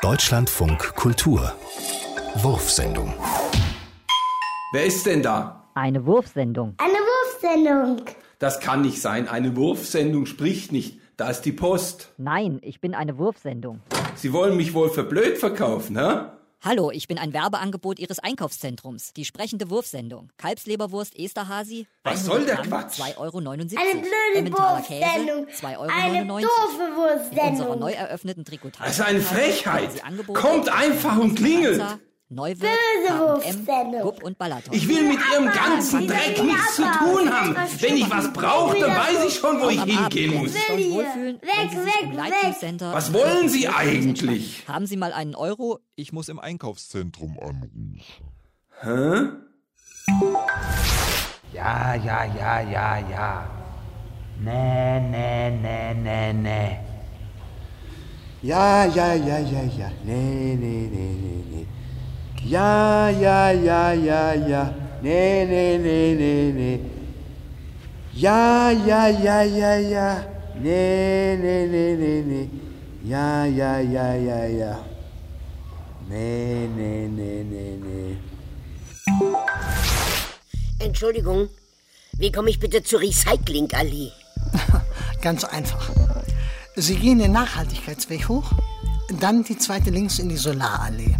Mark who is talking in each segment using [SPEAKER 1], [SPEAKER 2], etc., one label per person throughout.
[SPEAKER 1] Deutschlandfunk Kultur. Wurfsendung.
[SPEAKER 2] Wer ist denn da?
[SPEAKER 3] Eine Wurfsendung.
[SPEAKER 4] Eine Wurfsendung.
[SPEAKER 2] Das kann nicht sein. Eine Wurfsendung spricht nicht. Da ist die Post.
[SPEAKER 3] Nein, ich bin eine Wurfsendung.
[SPEAKER 2] Sie wollen mich wohl für blöd verkaufen, hä?
[SPEAKER 5] Hallo, ich bin ein Werbeangebot Ihres Einkaufszentrums. Die sprechende Wurfsendung. Kalbsleberwurst Esterhasi.
[SPEAKER 2] Was soll der Quatsch?
[SPEAKER 5] 2,79 Euro.
[SPEAKER 4] Eine blöde Wurfsendung.
[SPEAKER 5] 2,99 Euro.
[SPEAKER 4] Eine doofe
[SPEAKER 5] In unserer neu
[SPEAKER 4] Wurfsendung.
[SPEAKER 5] eröffneten Trikotage.
[SPEAKER 2] Das ist eine Frechheit. Kommt einfach und klingelt.
[SPEAKER 5] Neuwirt,
[SPEAKER 4] Böse
[SPEAKER 5] H&M,
[SPEAKER 4] Wurfsendung.
[SPEAKER 5] Gupp und Balaton.
[SPEAKER 2] Ich will mit Ihrem ganzen
[SPEAKER 4] Diese
[SPEAKER 2] Dreck nichts zu tun haben. Wenn ich was brauche, dann weiß ich schon, wo ich
[SPEAKER 5] Am Abend
[SPEAKER 2] hingehen
[SPEAKER 5] werden
[SPEAKER 2] muss.
[SPEAKER 5] Sie sich dort
[SPEAKER 4] Will hier.
[SPEAKER 5] wohlfühlen,
[SPEAKER 4] Weg,
[SPEAKER 5] wenn Sie sich
[SPEAKER 4] weg,
[SPEAKER 5] im
[SPEAKER 4] weg.
[SPEAKER 5] Lighting Center-
[SPEAKER 2] Was wollen Sie eigentlich?
[SPEAKER 5] Haben Sie mal einen Euro?
[SPEAKER 6] Ich muss im Einkaufszentrum anrufen.
[SPEAKER 2] Hä?
[SPEAKER 7] Ja, ja, ja, ja, ja. Nee, nee, nee, nee, nee. Ja, ja, ja, ja, ja. Nee, nee, nee, nee, nee. Ja, ja, ja, ja, ja. Nee, nee, nee, nee, nee. Ja, ja, ja, ja, ja. Nee, nee, nee, nee, nee. Ja, ja, ja, ja, ja. Nee, nee, nee, nee, nee.
[SPEAKER 8] Entschuldigung, wie komme ich bitte zur Recyclingallee?
[SPEAKER 9] Ganz einfach. Sie gehen den Nachhaltigkeitsweg hoch, dann die zweite links in die Solarallee.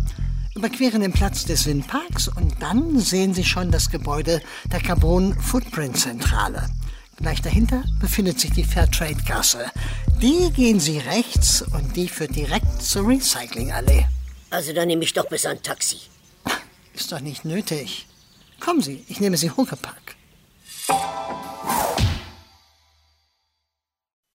[SPEAKER 9] Überqueren den Platz des Windparks und dann sehen Sie schon das Gebäude der Carbon Footprint Zentrale. Gleich dahinter befindet sich die Fairtrade Gasse. Die gehen Sie rechts und die führt direkt zur Recyclingallee.
[SPEAKER 8] Also dann nehme ich doch besser ein Taxi.
[SPEAKER 9] Ist doch nicht nötig. Kommen Sie, ich nehme Sie Huckepack.